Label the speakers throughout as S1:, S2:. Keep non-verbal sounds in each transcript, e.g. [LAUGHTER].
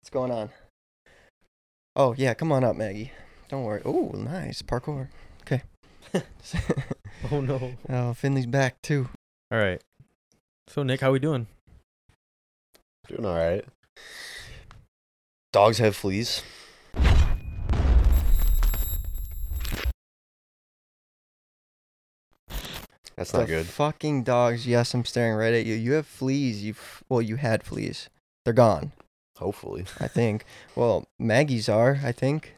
S1: What's going on? Oh yeah, come on up, Maggie. Don't worry. Oh, nice parkour. Okay. [LAUGHS]
S2: Oh no.
S1: oh, Finley's back too.
S2: All right. So Nick, how we doing?
S3: Doing all right. Dogs have fleas. That's
S1: the
S3: not good.
S1: Fucking dogs. Yes, I'm staring right at you. You have fleas. You have well, you had fleas. They're gone.
S3: Hopefully.
S1: I think. Well, Maggie's are. I think.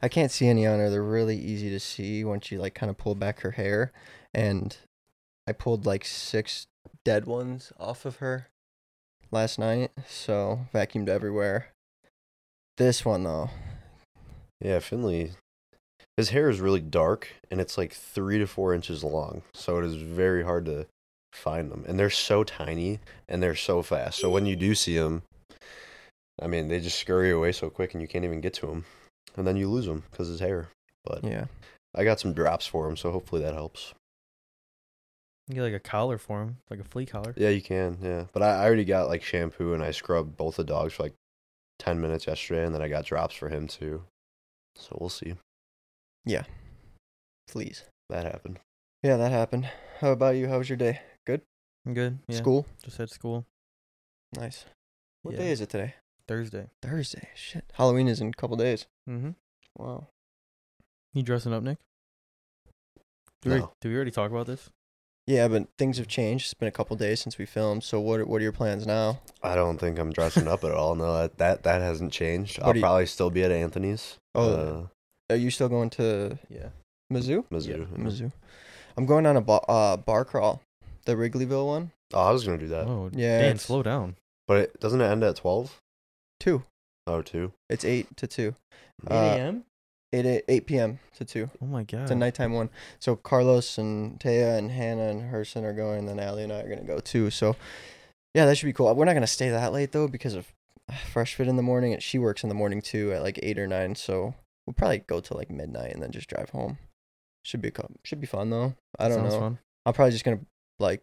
S1: I can't see any on her. They're really easy to see once you like kind of pull back her hair, and I pulled like six dead ones off of her last night. So vacuumed everywhere. This one though,
S3: Yeah, Finley. His hair is really dark and it's like three to four inches long. So it is very hard to find them. And they're so tiny and they're so fast. So when you do see them, I mean, they just scurry away so quick and you can't even get to them. And then you lose them because his hair. But
S1: yeah.
S3: I got some drops for him. So hopefully that helps.
S2: You get like a collar for him, like a flea collar.
S3: Yeah, you can. Yeah, but I, I already got like shampoo and I scrubbed both the dogs for like ten minutes yesterday, and then I got drops for him too. So we'll see.
S1: Fleas.
S3: That happened.
S1: Yeah, that happened. How about you? How was your day?
S2: I'm good. Yeah.
S1: School.
S2: Just had school
S1: Nice. What
S2: Yeah.
S1: day is it today?
S2: Thursday.
S1: Thursday. Shit. Halloween is in a couple days.
S2: Mm-hmm.
S1: Wow.
S2: You dressing up, Nick? Do we,
S3: No.
S2: did we already talk about this?
S1: Yeah, but things have changed. It's been a couple days since we filmed. So what? Are, what are your plans now?
S3: I don't think I'm dressing up at all. No, that that, that hasn't changed.
S1: What
S3: I'll
S1: do you-
S3: probably still be at Anthony's.
S1: Oh. Are you still going to
S2: Yeah.
S1: Mizzou?
S3: uh, Mizzou. yeah.
S1: Mizzou. I'm going on a ba- uh, bar crawl, the Wrigleyville one.
S3: Oh, I was gonna do that,
S2: Oh,
S1: Uh, yeah,
S2: Dan,
S1: it's-
S2: slow down.
S3: but it doesn't it end at twelve?
S1: Two.
S3: Oh, two.
S1: It's eight to two.
S3: Uh,
S2: a.m.
S1: Eight eight, 8 p.m. to two.
S2: Oh my god.
S1: It's a nighttime one. So Carlos and Taya and Hannah and Herson are going, and then Allie and I are gonna go too. So yeah, that should be cool. We're not gonna stay that late though because of uh, Fresh Fit in the morning. And she works in the morning too at like eight or nine. So we'll probably go till like midnight and then just drive home. Should be co- should be fun though. I don't
S2: Sounds
S1: know.
S2: Fun.
S1: I'm probably just gonna like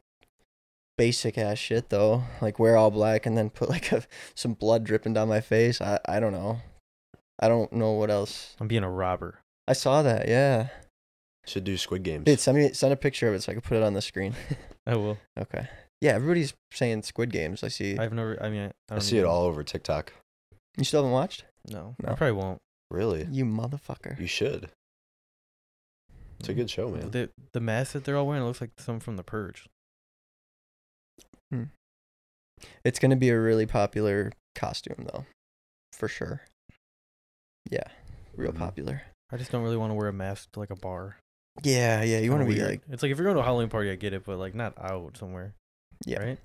S1: basic ass shit though. Like wear all black and then put [LAUGHS] like a, some blood dripping down my face. I I don't know. I don't know what else.
S2: I'm being a robber.
S1: I saw that. Yeah,
S3: Should do Squid Games.
S1: dude, send me send a picture of it so I can put it on the screen.
S2: I will.
S1: Okay. Yeah, everybody's saying Squid Games. I see.
S2: I've never. I mean, I, I,
S3: I
S2: don't
S3: see it
S2: even-
S3: all over TikTok.
S1: You still haven't watched?
S2: No,
S1: No.
S2: I probably won't.
S3: Really?
S1: You motherfucker.
S3: You should. It's a good
S1: Oh,
S3: show, man.
S2: The the mask that they're all wearing looks like some from The Purge.
S1: It's gonna be a really popular costume though, for sure. Yeah, real
S3: Mhm.
S1: popular.
S2: I just don't really want to wear a mask to like a bar.
S1: Yeah, yeah. You want to
S2: Kinda
S1: be
S2: weird.
S1: like,
S2: It's like if you're going to a Halloween party, I get it, but like not out somewhere.
S1: yeah.
S2: Right.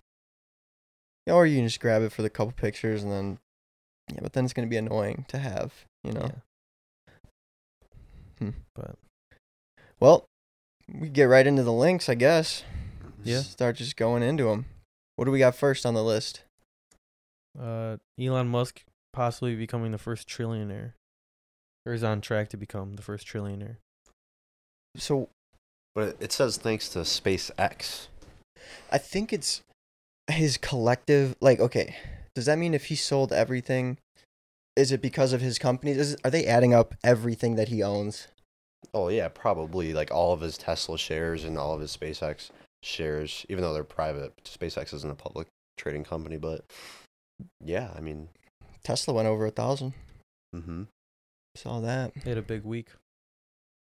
S1: Or you can just grab it for the couple pictures and then, yeah, but then it's going to be annoying to have, you know?
S2: Yeah.
S1: Hmm.
S2: But-
S1: Well, we get right into the links, I guess.
S2: Yeah.
S1: Start just going into them. What do we got first on the list?
S2: Uh, Elon Musk possibly becoming the first trillionaire, or is on track to become the
S1: [LAUGHS]
S2: first trillionaire.
S1: So
S3: But it- it says thanks to SpaceX.
S1: I think it's his collective, like, okay, does that mean if he sold everything, is it because of his companies? Is, are they adding up everything that he owns?
S3: Oh yeah, probably like all of his Tesla shares and all of his SpaceX shares, even though they're private. SpaceX isn't a public trading company, but yeah, I mean,
S1: Tesla went over a thousand.
S3: hmm
S1: Saw that.
S2: They had a big week.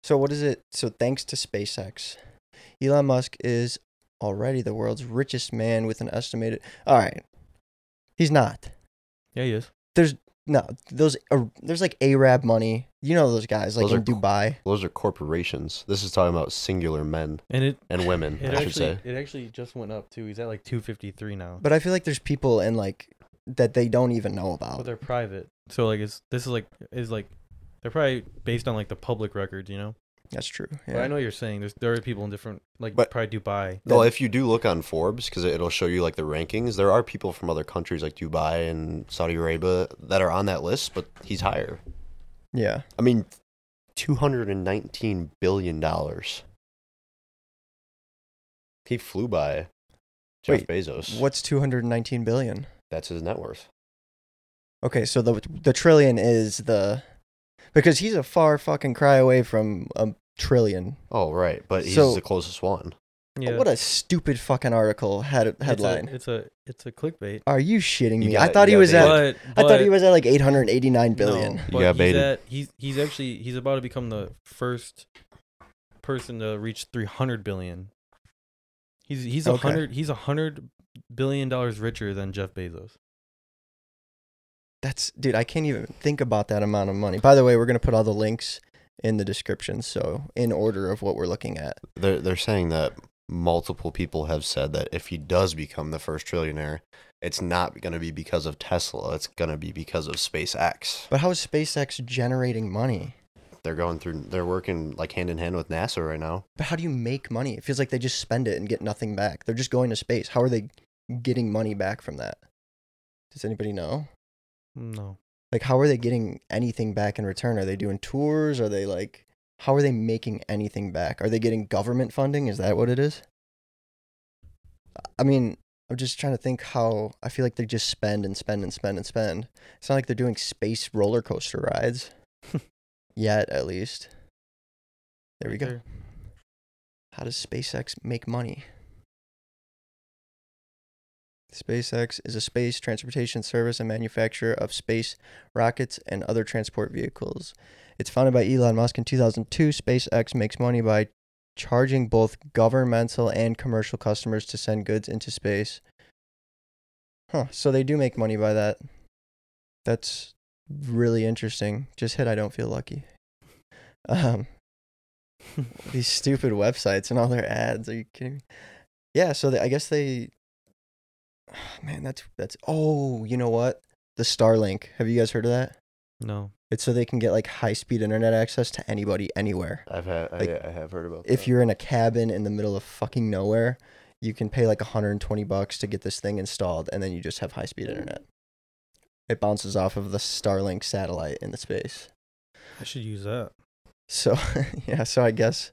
S1: So what is it? So thanks to SpaceX, Elon Musk is already the world's richest man with an estimated. All right, he's not.
S2: Yeah, he is.
S1: No, those are, there's like Arab money. You know those guys like
S3: Those
S1: in
S3: are cor-
S1: Dubai.
S3: those are corporations. This is talking about singular men
S2: And it
S3: and women,
S2: [LAUGHS] it
S3: I should
S2: actually
S3: say.
S2: it actually just went up too. He's at like two fifty three now,
S1: But I feel like there's people in like that they don't even know
S2: but
S1: about.
S2: they're private. So like it's this is like is like they're probably based on like the public records, you know.
S1: That's true.
S2: But I
S1: Yeah.
S2: know what you're saying there's there are people in different like
S3: But-
S2: probably Dubai.
S3: Well, if you do look on Forbes, because it'll show you like the rankings, there are people from other countries like Dubai and Saudi Arabia that are on that list, but he's higher.
S1: Yeah.
S3: I mean, two hundred and nineteen billion dollars. He flew by Jeff Bezos.
S1: What's 219 billion?
S3: That's his net worth.
S1: Okay, so the the trillion is the because he's a far fucking cry away from a trillion.
S3: Oh, right. But he's
S1: So-
S3: the closest one.
S2: Yeah.
S1: Oh, What a stupid fucking article head, headline.
S2: It's a it's a, it's a clickbait.
S1: Are you shitting
S3: You
S1: me? I
S3: got-
S1: thought
S3: you
S1: he
S3: got
S1: was
S3: baited.
S1: at
S2: But,
S1: I thought he
S2: but-
S1: was at like 889 billion.
S2: No,
S3: You
S2: but
S3: got
S2: he's
S3: baited.
S2: At, he's he's actually he's about to become the first person to reach 300 billion. He's he's a
S1: Okay.
S2: hundred he's a hundred billion dollars richer than Jeff Bezos.
S1: That's dude, I can't even think about that amount of money. By the way, we're going to put all the links in the description so in order of what we're looking at.
S3: They're, they're saying that multiple people have said that if he does become the first trillionaire, it's not going to be because of Tesla. It's going to be because of SpaceX.
S1: But how is SpaceX generating money?
S3: They're going through, they're working like hand in hand with NASA right now.
S1: But how do you make money? It feels like they just spend it and get nothing back. They're just going to space. How are they getting money back from that? Does anybody know?
S2: No,
S1: Like, how are they getting anything back in return? Are they doing tours? Are they like, how are they making anything back? Are they getting government funding? Is that what it is? I mean, I'm just trying to think how I feel like they just spend and spend and spend and spend. It's not like they're doing space roller coaster rides yet, at least. There we
S2: Right
S1: go.
S3: [LAUGHS]
S2: there.
S1: How does SpaceX make money? SpaceX is a space transportation service and manufacturer of space rockets and other transport vehicles. It's founded by Elon Musk in 2002. SpaceX makes money by charging both governmental and commercial customers to send goods into space. Huh, so they do make money by that. That's really interesting. Just hit I don't feel lucky. [LAUGHS] Um these stupid websites and all their ads. Are you kidding me? Yeah, so they, I guess they. [SIGHS] Man, that's that's. Oh, you know what? The Starlink. Have you guys heard of that?
S2: no.
S1: It's so they can get like high speed internet access to anybody anywhere.
S3: I've had,
S1: Like,
S3: I, I have heard about
S1: If you're in a cabin in the middle of fucking nowhere, you can pay like 120 bucks to get this thing installed, and then you just have high speed internet. It bounces off of the Starlink satellite in the space.
S2: I should use that.
S1: So [LAUGHS] yeah, so I guess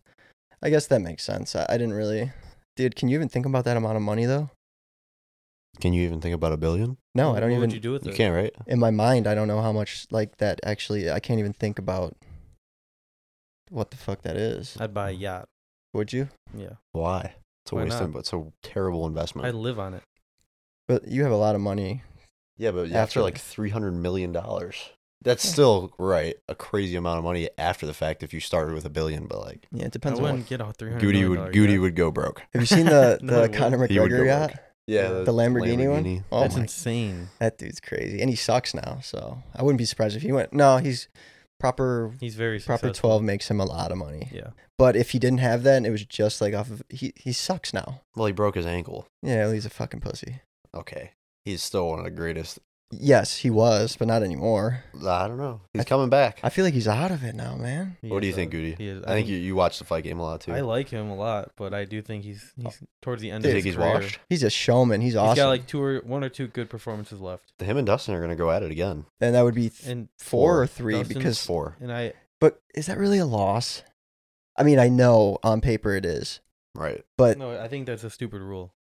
S1: I guess that makes sense. I, I didn't really dude, can you even think about that amount of money though?
S3: Can you even think about a billion?
S1: No,
S2: What-
S1: I don't
S2: what
S1: even
S2: Would you do with
S3: You
S2: it?
S3: can't, right?
S1: in my mind I don't know how much like that actually I can't even think about what the fuck that is.
S2: I'd buy a yacht.
S1: Would you?
S2: Yeah,
S3: Why? It's a
S2: Why
S3: waste
S2: not?
S3: of, it's a terrible investment.
S2: I live on it.
S1: But you have a lot of money.
S3: Yeah, but
S1: after
S3: after like
S1: the-
S3: three hundred million dollars, that's
S1: Yeah.
S3: still right a crazy amount of money after the fact. If you started with a billion, but like
S1: Yeah, it
S2: I
S1: depends on what.
S2: wouldn't get a three hundred.
S3: Goody would Goody would go broke.
S1: Have you seen the
S2: No, I
S1: the Conor
S3: He would go
S1: McGregor yacht?
S3: broke. Yeah,
S2: The
S1: The Lamborghini, one? Oh
S2: That's
S1: my
S2: insane.
S1: that dude's crazy. And he sucks now, so I wouldn't be surprised if he went. No, he's proper
S2: He's very
S1: proper
S2: successful.
S1: 12 makes him a lot of money.
S2: Yeah,
S1: But if he didn't have that and it was just like off of he he sucks now.
S3: Well, he broke his ankle.
S1: Yeah, he's a fucking pussy.
S3: Okay, he's still one of the greatest.
S1: Yes, he was, but not anymore.
S3: I don't know. He's
S1: I-
S3: coming back.
S1: I feel like he's out of it now, man.
S2: He
S3: what do you
S2: is,
S3: think,
S2: uh,
S3: Goody?
S2: He is.
S3: I, think you you watched the fight game a lot too.
S2: I like him a lot, but I do think he's he's towards the end
S3: you
S2: of
S3: think
S2: his
S3: he's
S2: career.
S3: washed?
S1: He's a showman. He's awesome.
S2: He's got like two or one or two good performances left,
S3: Him and Dustin are gonna go at it again.
S1: and that would be th-
S2: and
S1: four or
S3: four.
S1: three
S2: Dustin's
S1: because.
S3: Four,
S2: and I
S1: But is that really a loss? I mean, I know on paper it is,
S3: right?
S1: but
S2: no, I think that's a stupid rule.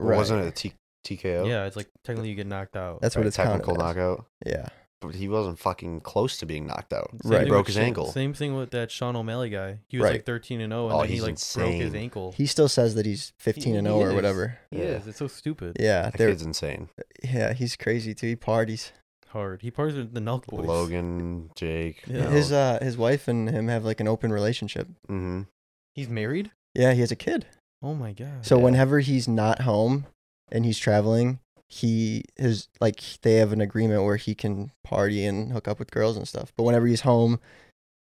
S3: Well,
S1: Right.
S3: Wasn't it a T- TKO?
S2: Yeah, it's like technically you get knocked out.
S1: that's
S3: Right,
S1: what it's
S3: technical
S1: counted as.
S3: knockout.
S1: Yeah,
S3: But he wasn't fucking close to being knocked out.
S2: Same
S1: Right.
S2: thing
S3: Broke
S2: with
S3: his
S2: Sha-
S3: ankle.
S2: Same thing with that Sean O'Malley guy. He was
S1: Right.
S2: like thirteen and zero, and
S3: Oh,
S2: then he
S3: he's
S2: like broke his
S3: insane.
S2: ankle.
S1: he still says that he's 15 and
S2: he
S1: 0 or
S2: is.
S1: whatever.
S2: He
S3: Yeah.
S2: is. It's so stupid.
S1: Yeah,
S3: That
S1: they're-
S3: kid's insane.
S1: yeah, he's crazy too. He parties.
S2: Hard. He partners with the Nelk boys.
S3: Logan, Jake.
S2: Yeah. No.
S1: His uh, his wife and him have like an open relationship.
S3: mm-hmm.
S2: He's married.
S1: Yeah, he has a kid.
S2: Oh my god.
S1: So
S3: Yeah.
S1: whenever he's not home and he's traveling, he his like they have an agreement where he can party and hook up with girls and stuff. But whenever he's home,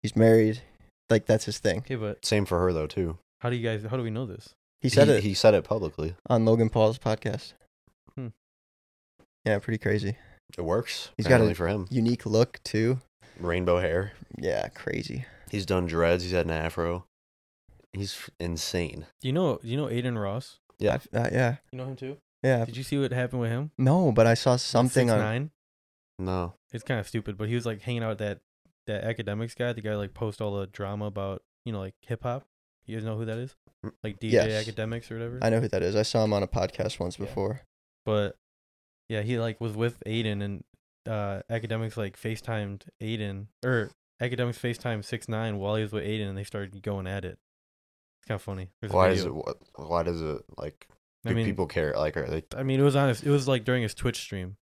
S1: he's married. Like that's his thing.
S2: okay, but
S3: Same for her though too.
S2: how do you guys? How do we know this?
S1: He said it
S3: He said it publicly.
S1: on Logan Paul's podcast.
S2: Hmm.
S1: Yeah, pretty crazy.
S3: It works.
S1: He's
S3: He's
S1: got
S3: got
S1: a-
S3: it for him.
S1: Unique look too.
S3: Rainbow hair.
S1: Yeah, crazy.
S3: He's done dreads. He's had an afro. He's f- insane.
S2: Do you know? Do you know Aiden Ross?
S3: Yeah.
S1: I- uh, yeah,
S2: You know him too.
S1: yeah.
S2: Did you see what happened with him?
S1: No, but I saw something on.
S2: nine.
S3: No.
S2: It's kind of stupid, but he was like hanging out with that that academics guy, the guy like post all the drama about you know like hip hop. You guys know who that is?
S3: Mm.
S2: Like DJ
S1: Yes.
S2: Academics or whatever.
S1: I know who that is. I saw him on a podcast once
S2: Yeah.
S1: before.
S2: but yeah, he like was with Aiden and uh, academics like FaceTimed Aiden or academics FaceTime six nine while he was with Aiden, and they started going at it. It's kind of funny. There's a
S3: Why is
S2: video.
S3: it? What? Why does it like? Do
S2: I mean,
S3: people care? Like, are they?
S2: I mean, it was on. His, it was like during his Twitch stream.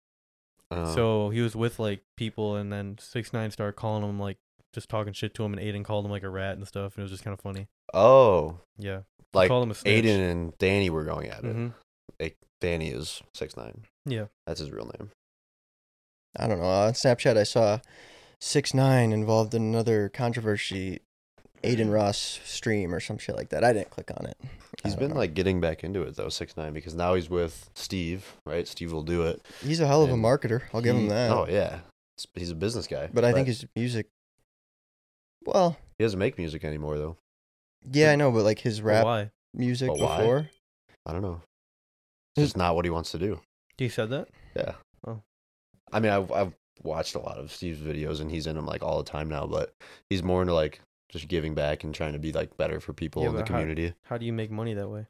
S3: Uh,
S2: So he was with like people, and then six nine started calling him like just talking shit to him, and Aiden called him like a rat and stuff, and it was just kind of funny.
S3: oh,
S2: Yeah, He
S3: like
S2: called him a snitch.
S3: Aiden and Danny were going at it.
S2: hmm
S3: Like Danny is six nine.
S2: Yeah.
S3: That's his real name.
S1: I don't know. uh, On Snapchat, I saw six nine involved in another controversy,
S3: [CLEARS THROAT]
S1: Aiden Ross stream or some shit like that. I didn't click on it. I
S3: He's
S1: don't
S3: been
S1: know.
S3: like getting back into it though, six nine, because now he's with Steve, right? Steve will do it.
S1: he's a hell of a
S3: and
S1: marketer. I'll give him
S3: He-
S1: that.
S3: Oh yeah, It's- he's a business guy.
S1: but I think his music. Well,
S3: he doesn't make music anymore though.
S1: yeah, I know, but like his rap
S2: Why?
S1: music
S3: But why?
S1: before.
S3: I don't know.
S1: His-
S3: It's just not what he wants to do.
S2: He said that.
S3: Yeah.
S2: Oh.
S3: I mean, I've, I've watched a lot of Steve's videos and he's in them like all the time now, but he's more into like just giving back and trying to be like better for people
S2: Yeah,
S3: in the
S2: but how-
S3: community.
S2: How do you make money that way?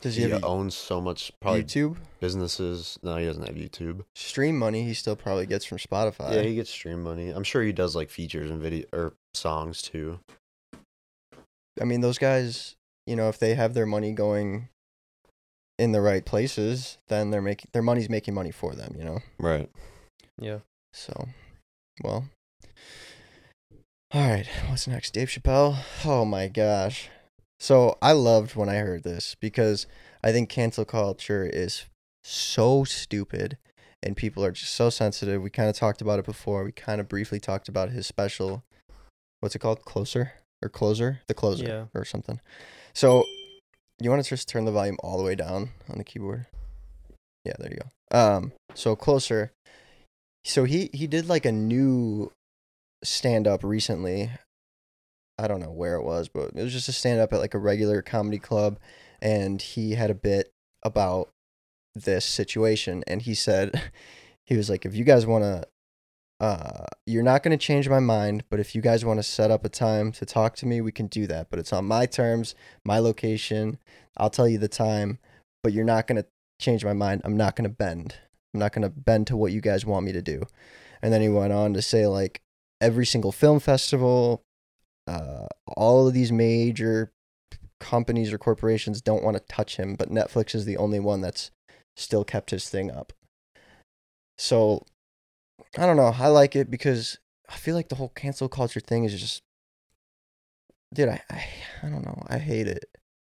S1: Does he
S3: He
S1: have a-
S3: owns so much oh, probably
S1: YouTube
S3: businesses. No, he doesn't have YouTube.
S1: stream money? He still probably gets from Spotify.
S3: yeah, he gets stream money. I'm sure he does like features and video or songs too.
S1: I mean, those guys, you know, if they have their money going in the right places, then they're making their money's making money for them, you know.
S3: Right.
S2: Yeah.
S1: So, well. All right, what's next? Dave Chappelle. Oh my gosh. So, I loved when I heard this because I think cancel culture is so stupid and people are just so sensitive. We kind of talked about it before. We kind of briefly talked about his special what's it called? Closer or Closer? The Closer
S2: Yeah.
S1: or something. So, you want to just turn the volume all the way down on the keyboard? Yeah, there you go. Um, so Closer so he he did like a new stand up recently. I don't know where it was, but it was just a stand up at like a regular comedy club and he had a bit about this situation and he said [LAUGHS] he was like if you guys want to uh you're not going to change my mind, but if you guys want to set up a time to talk to me, we can do that, but it's on my terms, my location. I'll tell you the time, but you're not going to change my mind. I'm not going to bend. I'm not going to bend to what you guys want me to do. And then he went on to say, like, every single film festival, uh, all of these major companies or corporations don't want to touch him, but Netflix is the only one that's still kept his thing up. So I don't know. I like it because I feel like the whole cancel culture thing is just, dude, I, I, I don't know. I hate it.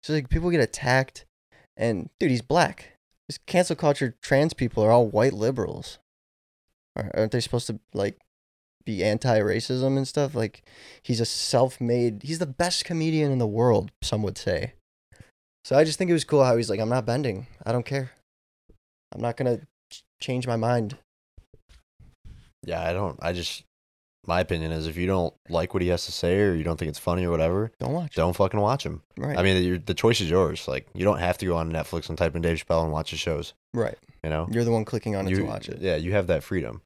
S1: So, like, people get attacked, and dude, he's black this cancel culture trans people are all white liberals Ar- aren't they supposed to like be anti-racism and stuff like he's a self-made he's the best comedian in the world some would say so i just think it was cool how he's like i'm not bending i don't care i'm not gonna ch- change my mind
S3: Yeah, I don't. I just my opinion is if you don't like what he has to say or you don't think it's funny or whatever,
S1: don't watch
S3: don't fucking watch him.
S1: right
S3: I mean, you the choice is yours. Like, you don't have to go on Netflix and type in Dave Chappelle and watch his shows.
S1: right
S3: You know,
S1: you're the one clicking on it
S3: you,
S1: to watch it
S3: Yeah, you have that freedom.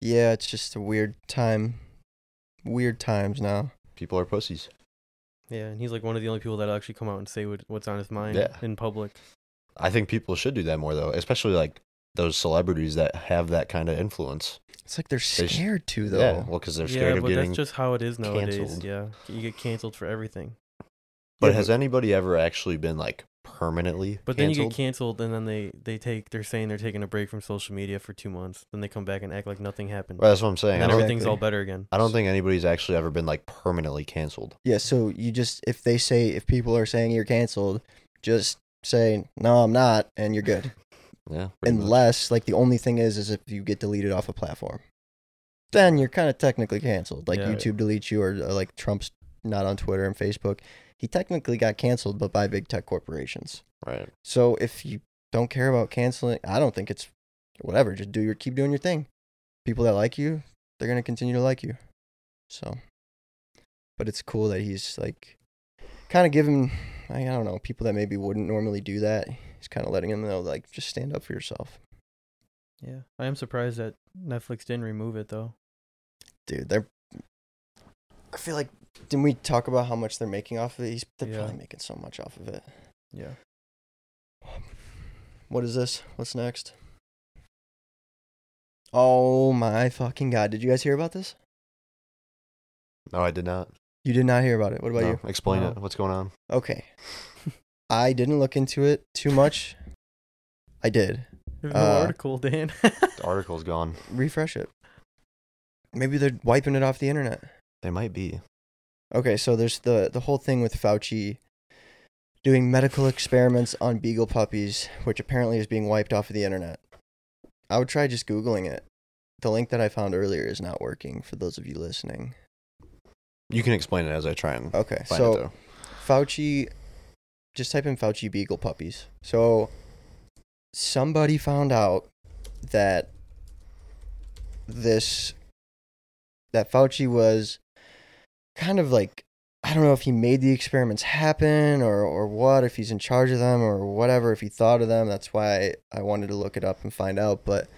S1: yeah it's just a weird time weird times now
S3: People are pussies.
S2: Yeah, and he's like one of the only people that actually come out and say what, what's on his mind
S3: Yeah.
S2: in public.
S3: I think people should do that more though, especially like those celebrities that have that kind of influence.
S1: it's like they're
S3: sh-
S1: scared to though
S3: Yeah, well, because they're scared
S2: yeah,
S3: of
S2: but
S3: getting.
S2: that's just how it is nowadays.
S3: canceled.
S2: Yeah, you get canceled for everything.
S3: but
S1: Yeah,
S3: has anybody ever actually been like permanently?
S2: But then you
S3: canceled?
S2: get canceled, and then they they take they're saying they're taking a break from social media for two months. Then they come back and act like nothing happened.
S3: Well, that's what I'm saying.
S2: and
S3: I
S2: then
S3: don't,
S1: Exactly.
S2: everything's all better again.
S3: I don't think anybody's actually ever been like permanently canceled.
S1: Yeah, so you just if they say if people are saying you're canceled, just say no, I'm not, and you're good.
S3: Yeah. pretty much.
S1: Unless like the only thing is is if you get deleted off a platform, then you're kind of technically canceled. Like
S2: Yeah.
S1: YouTube deletes you, or, or like Trump's not on Twitter and Facebook. He technically got canceled, but by big tech corporations.
S3: Right.
S1: So if you don't care about canceling, I don't think it's whatever. Just do your keep doing your thing. People that like you, they're gonna continue to like you. So, but it's cool that he's like kind of giving. I don't know people that maybe wouldn't normally do that. He's kind of letting them know like just stand up for yourself,
S2: Yeah, I am surprised that Netflix didn't remove it though.
S1: dude. They're. I feel like didn't we talk about how much they're making off of it? He's they're
S2: Yeah.
S1: probably making so much off of it.
S2: Yeah,
S1: What is this? What's next? Oh my fucking god! Did you guys hear about this?
S3: No, I did not.
S1: You did not hear about it. What about
S3: No,
S1: you?
S3: Explain
S2: No.
S3: it. What's going on?
S1: Okay, [LAUGHS] I didn't look into it too much. I did
S2: There's
S1: Uh,
S2: no article, [LAUGHS] Dan.
S3: The article's gone.
S1: refresh it. Maybe they're wiping it off the internet.
S3: They might be.
S1: Okay, so there's the the whole thing with Fauci doing medical experiments on beagle puppies, which apparently is being wiped off of the internet. I would try just googling it. The link that I found earlier is not working for those of you listening.
S3: You can explain it as I try and
S1: Okay,
S3: find
S1: so
S3: it though.
S1: Fauci, just type in Fauci beagle puppies. So somebody found out that this that Fauci was kind of like I don't know if he made the experiments happen or or what if he's in charge of them or whatever if he thought of them. That's why I wanted to look it up and find out, but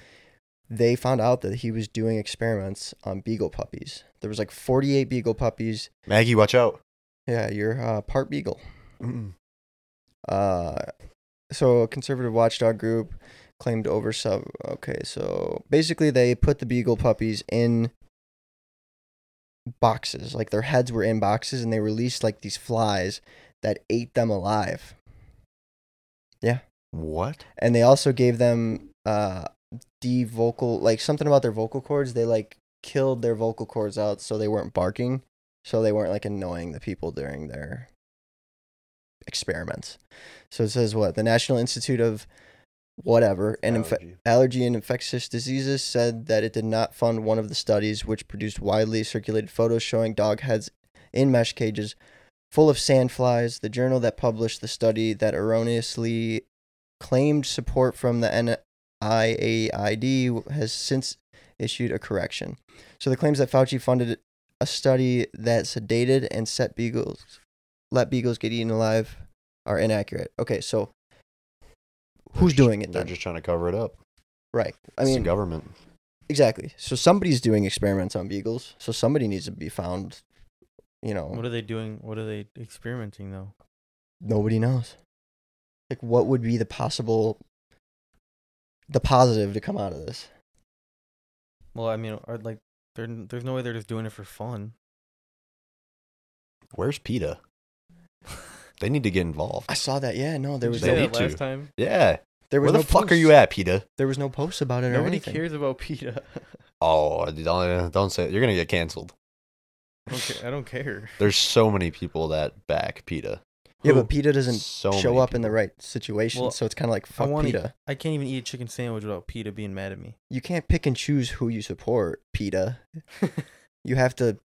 S1: they found out that he was doing experiments on beagle puppies. There was like 48 beagle puppies.
S3: Maggie, watch out.
S1: Yeah, you're uh, part beagle. Uh, so a conservative watchdog group claimed over sub. Okay, so basically they put the beagle puppies in boxes, like their heads were in boxes, and they released like these flies that ate them alive.
S3: What?
S1: And they also gave them uh de vocal, like something about their vocal cords. They like killed their vocal cords out, so they weren't barking, so they weren't like annoying the people during their experiments. So it says what the National Institute of whatever and
S3: Oh,
S1: inf- Allergy and Infectious Diseases said that it did not fund one of the studies, which produced widely circulated photos showing dog heads in mesh cages full of sandflies. The journal that published the study that erroneously claimed support from the NIAID has since issued a correction. So the claims that Fauci funded a study that sedated and set beagles, let beagles get eaten alive, are inaccurate. Okay, so who's doing it
S3: They're
S1: then?
S3: just trying to cover it up.
S1: Right. I
S3: It's
S1: mean,
S3: the government.
S1: exactly. So somebody's doing experiments on beagles. So somebody needs to be found. You know,
S2: what are they doing? What are they experimenting though?
S1: nobody knows. Like, what would be the possible, the positive to come out of this?
S2: Well, I mean, are like there? There's no way they're just doing it for fun.
S1: [LAUGHS]
S3: Where's PETA? They need to get involved.
S1: I saw that. Yeah, no, there was
S3: They
S1: no,
S3: need to.
S2: last time.
S3: Yeah.
S1: there was
S3: Where the
S1: no
S3: fuck
S1: posts.
S3: are you at, PETA?
S1: There was no posts about it or
S2: Nobody
S1: anything.
S2: cares about PETA. [LAUGHS]
S3: Oh, don't, don't say it. You're going to get canceled.
S2: I don't care. I don't care.
S3: There's so many people that back PETA.
S1: Yeah,
S2: Who?
S1: but PETA doesn't
S3: So
S1: show
S3: many
S1: up in the
S3: people.
S1: right situation,
S2: Well,
S1: so it's kind of like fuck
S2: wanna eat-
S1: PETA.
S2: I can't even eat a chicken sandwich without PETA being mad at me.
S1: You can't pick and choose who you support,
S2: [LAUGHS]
S1: PETA. you have to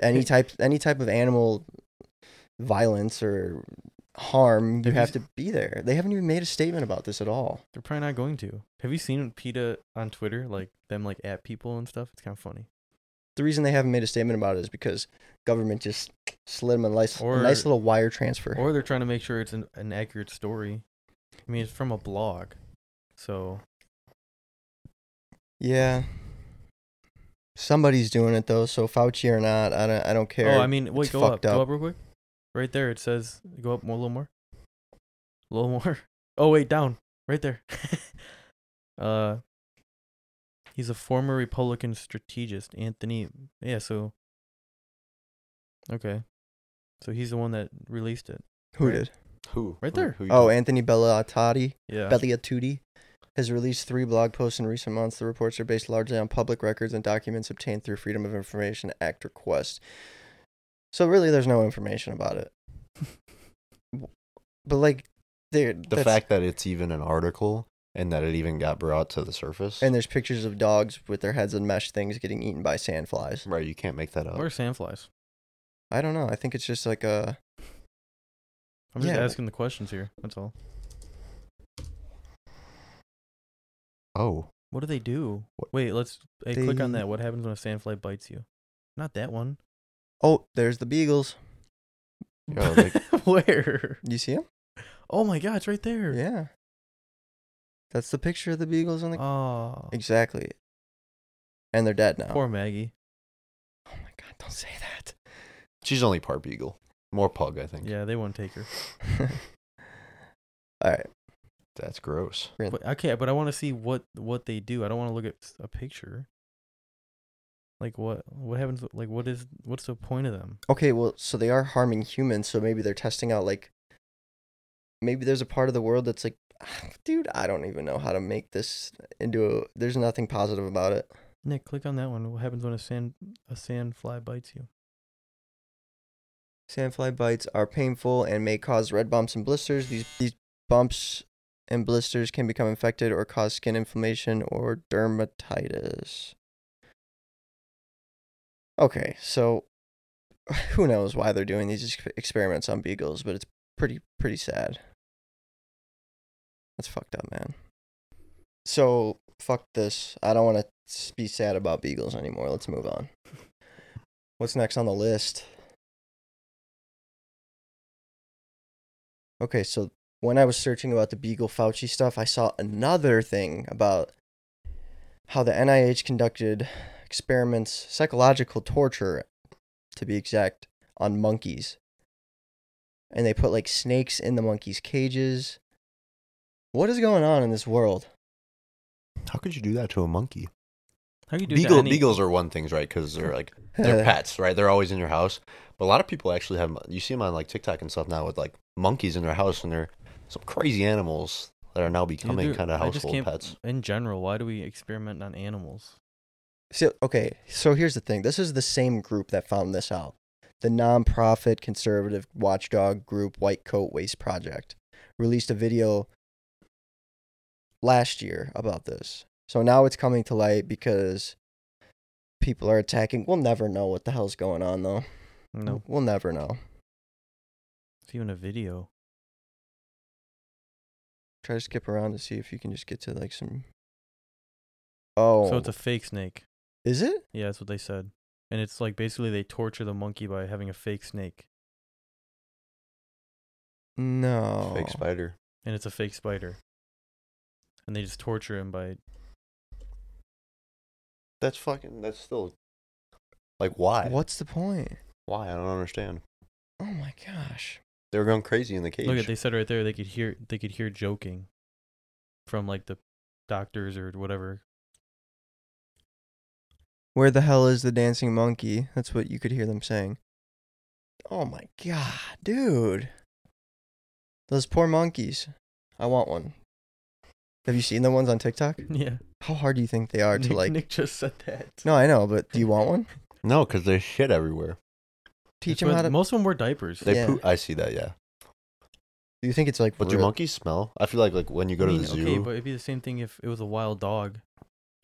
S1: any type any type of animal violence or harm you
S2: Have you
S1: have to be there they haven't even made a statement about this at all
S2: They're probably not going to. Have you seen PETA on Twitter? Like them like at people and stuff? It's kind of funny.
S1: the reason they haven't made a statement about it is because government just slid them a nice, a
S2: Or-
S1: nice little wire transfer
S2: Or they're trying to make sure it's an, an accurate story. I mean, it's from a blog. So,
S1: yeah somebody's doing it though so fauci or not i don't, I don't care
S2: oh, I mean, wait,
S1: it's
S2: go up,
S1: fucked
S2: go
S1: up.
S2: up real quick. Right there, it says, go up more, a little more, a little more. [LAUGHS] Oh wait, down, right there. [LAUGHS] uh, he's a former Republican strategist, Anthony. Yeah, so okay, so he's the one that released it.
S1: who
S2: right.
S1: did
S3: Who?
S2: Right there.
S3: Who,
S1: oh anthony bellatati
S2: Yeah,
S1: Belliatudi has released three blog posts in recent months. The reports are based largely on public records and documents obtained through Freedom of Information Act requests. So really, there's no information about [LAUGHS] it. but like, there
S3: the
S1: that's-
S3: fact that it's even an article and that it even got brought to the surface.
S1: and there's pictures of dogs with their heads in mesh things getting eaten by sandflies.
S3: right, you can't make that up.
S2: where are sandflies?
S1: I don't know. I think it's just like a
S2: I'm just
S1: Yeah.
S2: asking the questions here. That's all.
S3: Oh,
S2: What do they do?
S3: What-
S2: Wait, let's hey, click on
S1: They-
S2: that. What happens when a sandfly bites you? Not that one.
S1: oh, there's the beagles.
S3: Yeah, like-
S2: [LAUGHS] where?
S1: You see them?
S2: Oh my god, it's right there.
S1: Yeah. That's the picture of the beagles on the
S2: Oh,
S1: exactly. And they're dead now.
S2: poor Maggie.
S1: oh my god! Don't say that.
S3: she's only part beagle, more pug, I think.
S2: Yeah, they won't take her.
S1: [LAUGHS] All right.
S3: That's gross.
S2: But okay, but I want to see what what they do. I don't want to look at s- a picture. Like what what happens? Like what is what's the point of them?
S1: Okay, well, so they are harming humans, so maybe they're testing out like maybe there's a part of the world that's like [SIGHS] dude, I don't even know how to make this into a there's nothing positive about it.
S2: Nick, click on that one. What happens when a sand a sand fly bites you?
S1: Sandfly bites are painful and may cause red bumps and blisters. These these bumps and blisters can become infected or cause skin inflammation or dermatitis. Okay, so [LAUGHS] who knows why they're doing these ex- experiments on beagles, but it's pretty pretty sad. That's fucked up, man. So fuck this. I don't want to be sad about beagles anymore. Let's move on. What's next on the list? Okay, so when I was searching about the Beagle Fauci stuff, I saw another thing about how the NIH conducted experiments, psychological torture, to be exact, on monkeys. And they put like snakes in the monkeys' cages. What is going on in this world?
S3: How could you do that to a monkey?
S2: How you do that?
S3: Beagle,
S2: Any-
S3: Beagles are one thing, right? Because they're
S2: [LAUGHS]
S3: like
S1: [LAUGHS]
S3: they're pets, right? They're always in your house. But a lot of people actually have you see them on like TikTok and stuff now with like monkeys in their house, and they're some crazy animals that are now
S2: Dude,
S3: becoming
S2: they're-
S3: kind of
S2: I just
S3: household
S2: can't-
S3: pets.
S2: In general, why do we experiment on animals?
S1: So, okay, so here's the thing. This is the same group that found this out. The nonprofit conservative watchdog group White Coat Waste Project released a video last year about this. So now it's coming to light because people are attacking. We'll never know what the hell's going on though.
S3: Hmm.
S2: No,
S1: We'll never know.
S2: it's even a video.
S1: Try to skip around to see if you can just get to like some Oh.
S2: So it's a fake snake.
S1: Is it?
S2: Yeah, that's what they said. And it's like basically they torture the monkey by having a fake snake,
S1: No.
S3: Fake spider.
S2: and it's a fake spider. And they just torture him by
S3: That's fucking. That's still like why?
S1: What's the point?
S3: Why? I don't understand.
S1: Oh my gosh.
S3: They were going crazy in the cage.
S2: Look at they said right there they could hear they could hear joking from like the doctors or whatever. [LAUGHS]
S1: Where the hell is the dancing monkey? That's what you could hear them saying. Oh my god, dude. Those poor monkeys. I want one. Have you seen the ones on TikTok?
S2: Yeah.
S1: How hard do you think they are to
S2: Nick,
S1: like
S2: Nick just said that.
S1: No, I know, but do you want
S2: [LAUGHS]
S1: one?
S3: No, because there's shit everywhere.
S1: Teach
S2: That's
S1: them
S2: why
S1: how to
S2: most of them wear diapers.
S3: They
S1: Yeah.
S3: poop. I see that. Yeah.
S1: Do you think it's like
S3: But do
S1: real-
S3: monkeys smell? I feel like like when you go
S2: I
S3: to
S2: mean,
S3: the zoo,
S2: Okay, but it'd be the same thing if it was a wild dog.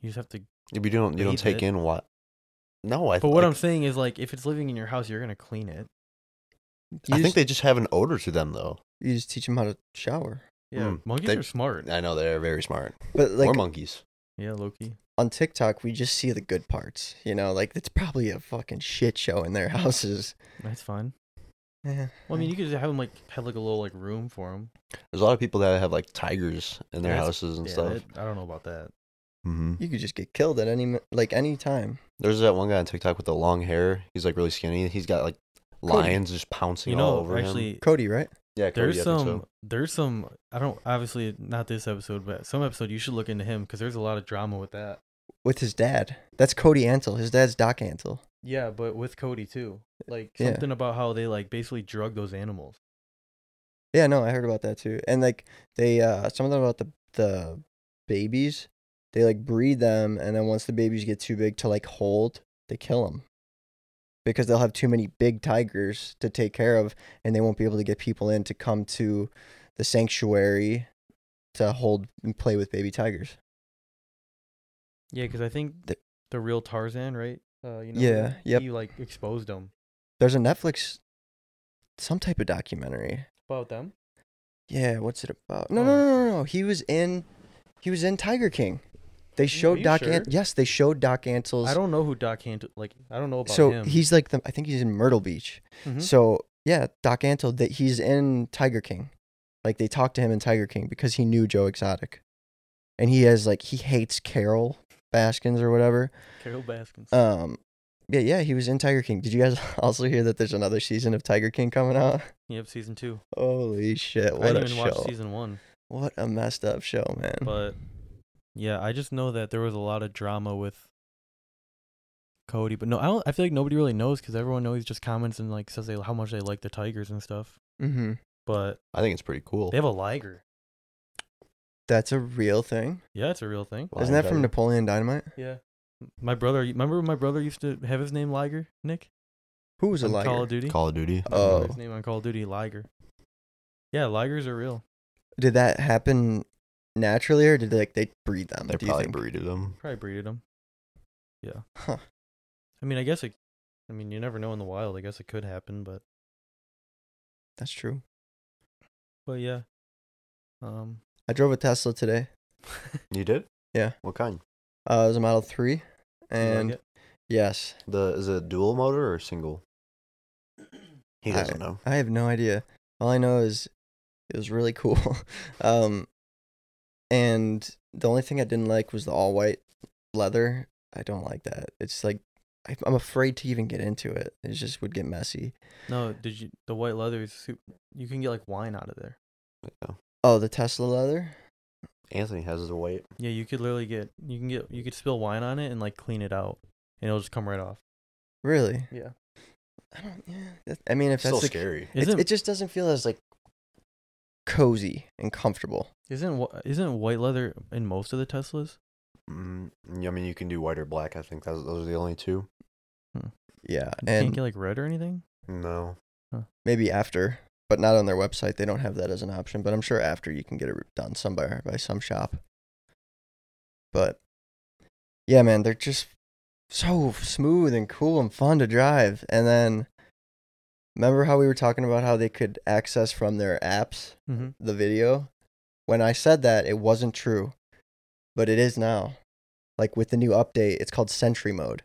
S2: You just have to
S3: if you don't you
S2: eat
S3: don't take
S2: it.
S3: in what. No, I.
S2: But what
S3: like,
S2: I'm saying is like if it's living in your house, you're gonna clean it.
S1: you
S3: I
S1: just,
S3: think they just have an odor to them though.
S1: you just teach them how to shower.
S2: Yeah.
S3: Mm,
S2: monkeys
S3: they-
S2: are smart.
S3: I know they're very smart.
S1: But
S3: Or
S1: like
S3: monkeys.
S2: Yeah, Loki.
S1: on TikTok we just see the good parts, you know, like it's probably a fucking shit show in their [LAUGHS] houses.
S2: That's fine.
S1: Yeah.
S2: Well, I mean, you could just have them like have like a little like room for them.
S3: There's a lot of people that have like tigers in their
S2: That's-
S3: houses and
S2: yeah,
S3: stuff.
S2: that- I don't know about that.
S3: Mm-hmm.
S1: you could just get killed at any mi- like any time.
S3: There's that one guy on TikTok with the long hair. He's like really skinny. He's got like lions just pouncing
S2: You
S3: all
S2: know,
S3: over him.
S2: actually,
S1: Cody, right?
S3: Yeah, Cody,
S2: there's
S3: I think
S2: some
S3: so.
S2: there's some i don't obviously not this episode but some episode you should look into him because there's a lot of drama with that
S1: with his dad. That's Cody Antle. His dad's Doc Antle.
S2: yeah but with cody too like
S1: Yeah.
S2: something about how they like basically drug those animals
S1: Yeah, no, I heard about that too. And like they uh something about the the babies, they like breed them and then once the babies get too big to like hold, they kill them. Because they'll have too many big tigers to take care of and they won't be able to get people in to come to the sanctuary to hold and play with baby tigers.
S2: yeah because i think
S1: The-
S2: the real tarzan right uh you know
S1: Yeah, yep.
S2: he like exposed them
S1: There's a Netflix some type of documentary
S2: about them
S1: Yeah, what's it about? No,
S2: Oh.
S1: no, no, no, no. He was in, he was in Tiger King. They showed
S2: you
S1: Doc.
S2: sure?
S1: Ant- yes, they showed Doc Antle's.
S2: i don't know who doc Hant- like i don't know about
S1: so
S2: him
S1: he's like the. I think he's in Myrtle Beach.
S2: Mhm.
S1: So yeah, Doc Antle. That he's in Tiger King. Like they talked to him in Tiger King because he knew Joe Exotic, and he has like he hates Carol Baskins or whatever.
S2: carol baskins
S1: Um, yeah, yeah, he was in Tiger King. Did you guys [LAUGHS] also hear that there's another season of Tiger King coming out? [LAUGHS]
S2: yep season two
S1: Holy shit!
S2: i
S1: What
S2: didn't
S1: a
S2: even
S1: show!
S2: watch season one
S1: What a messed up show, man.
S2: But yeah, I just know that there was a lot of drama with Cody, but no, I don't. I feel like nobody really knows because everyone always just comments and like says they how much they like the Tigers and stuff.
S1: mm-hmm.
S2: But
S3: I think it's pretty cool.
S2: they have a liger.
S1: That's a real thing.
S2: Yeah, it's a real thing.
S1: Isn't that from
S3: Linebacker.
S1: Napoleon Dynamite?
S2: Yeah, my brother. Remember my brother used to have his name Liger, Nick.
S1: Who was a
S2: on Call of
S1: liar?
S2: Duty.
S3: Call of Duty?
S2: My brother's
S1: Oh.
S2: name on Call of Duty Liger. Yeah, ligers are real.
S1: Did that happen naturally, or did like they breed them?
S3: They
S1: do you
S3: probably
S1: think?
S3: breeded them.
S2: Probably breeded them. Yeah.
S1: Huh.
S2: I mean, I guess it. I mean, you never know in the wild. I guess it could happen, but
S1: That's true.
S2: but yeah. Um.
S1: I drove a Tesla today.
S3: You did?
S1: Yeah.
S3: What kind?
S1: Uh, it was a Model Three,
S2: you like
S1: and
S2: it?
S1: yes,
S3: The is it dual motor or single? He
S1: I-
S3: doesn't know.
S1: I have no idea. All I know is it was really [LAUGHS] cool. um, and the only thing I didn't like was the all white leather. I don't like that. It's like I- I'm afraid to even get into it. It just would get messy.
S2: No, did you the white leather is soup? You can get like wine out of there.
S3: Yeah.
S1: Oh, the Tesla leather.
S3: Anthony has his weight.
S2: Yeah, you could literally get you can get you could spill wine on it and like clean it out, and it'll just come right off.
S1: Really?
S2: Yeah.
S1: I don't. Yeah. That, I mean, if
S3: Still
S1: that's the,
S3: scary.
S1: it's,
S2: Isn't
S1: it just doesn't feel as like cozy and comfortable.
S2: isn't wh- isn't white leather in most of the Teslas?
S3: Mm, I mean, you can do white or black. I think those those are the only two.
S1: Yeah,
S2: You
S1: and
S2: can't get like red or anything.
S3: No.
S1: maybe after, but not on their website. They don't have that as an option. But I'm sure after you can get it done somewhere by some shop. But yeah, man, they're just so smooth and cool and fun to drive. And then remember how we were talking about how they could access from their apps
S2: Mm-hmm.
S1: the video. When I said that, it wasn't true, but it is now. Like with the new update, it's called Sentry Mode,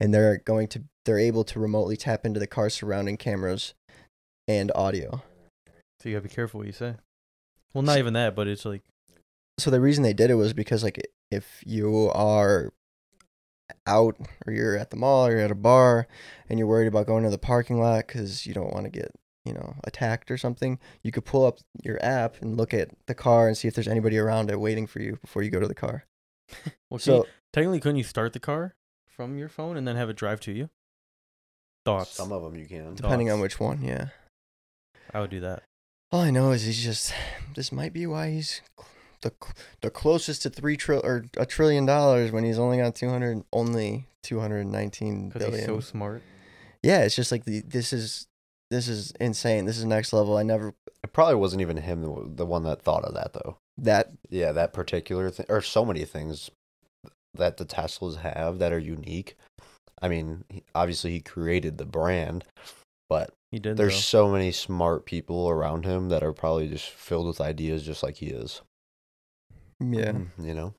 S1: and they're going to they're able to remotely tap into the car's surrounding cameras and audio.
S2: So you gotta be careful what you say. Well, not even that, but it's like
S1: So the reason they did it was because like if you are out or you're at the mall or you're at a bar and you're worried about going to the parking lot because you don't want to get you know attacked or something you could pull up your app and look at the car and see if there's anybody around it waiting for you before you go to the car
S2: well, so
S1: so
S2: technically, couldn't you start the car from your phone and then have it drive to you? Thoughts?
S3: Some of them you can.
S1: Depending on
S2: Thoughts?
S1: which one, yeah.
S2: I would do that.
S1: All I know is he's just. This might be why he's cl- the cl- the closest to three trillion or a trillion dollars when he's only got two hundred only two hundred nineteen
S2: Because he's
S1: billion.
S2: so smart.
S1: yeah, it's just like the this is this is insane. This is next level. I never
S3: It probably wasn't even him that wa- the one that thought of that though.
S1: that
S3: Yeah, that particular thing, or so many things that the Teslas have that are unique. I mean, he- obviously he created the brand, but
S2: He did.
S3: there's
S2: though.
S3: so many smart people around him that are probably just filled with ideas, just like he is.
S1: yeah.
S3: you know.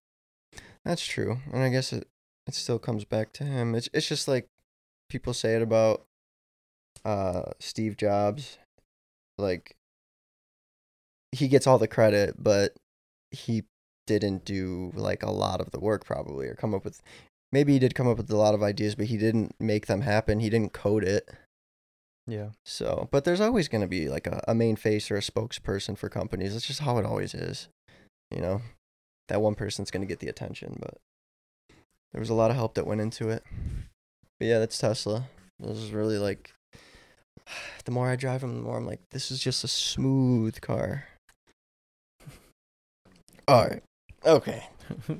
S1: That's true, and I guess it it still comes back to him. It's it's just like people say it about uh Steve Jobs, like he gets all the credit, but he didn't do like a lot of the work probably, or come up with. Maybe he did come up with a lot of ideas, but he didn't make them happen. He didn't code it.
S2: yeah. [LAUGHS]
S1: So, but there's always going to be like a, a main face or a spokesperson for companies. That's just how it always is. You know, that one person's going to get the attention, but there was a lot of help that went into it. But yeah, that's Tesla. This is really like, [SIGHS] the more I drive them, the more I'm like, this is just a smooth car. All right. Okay.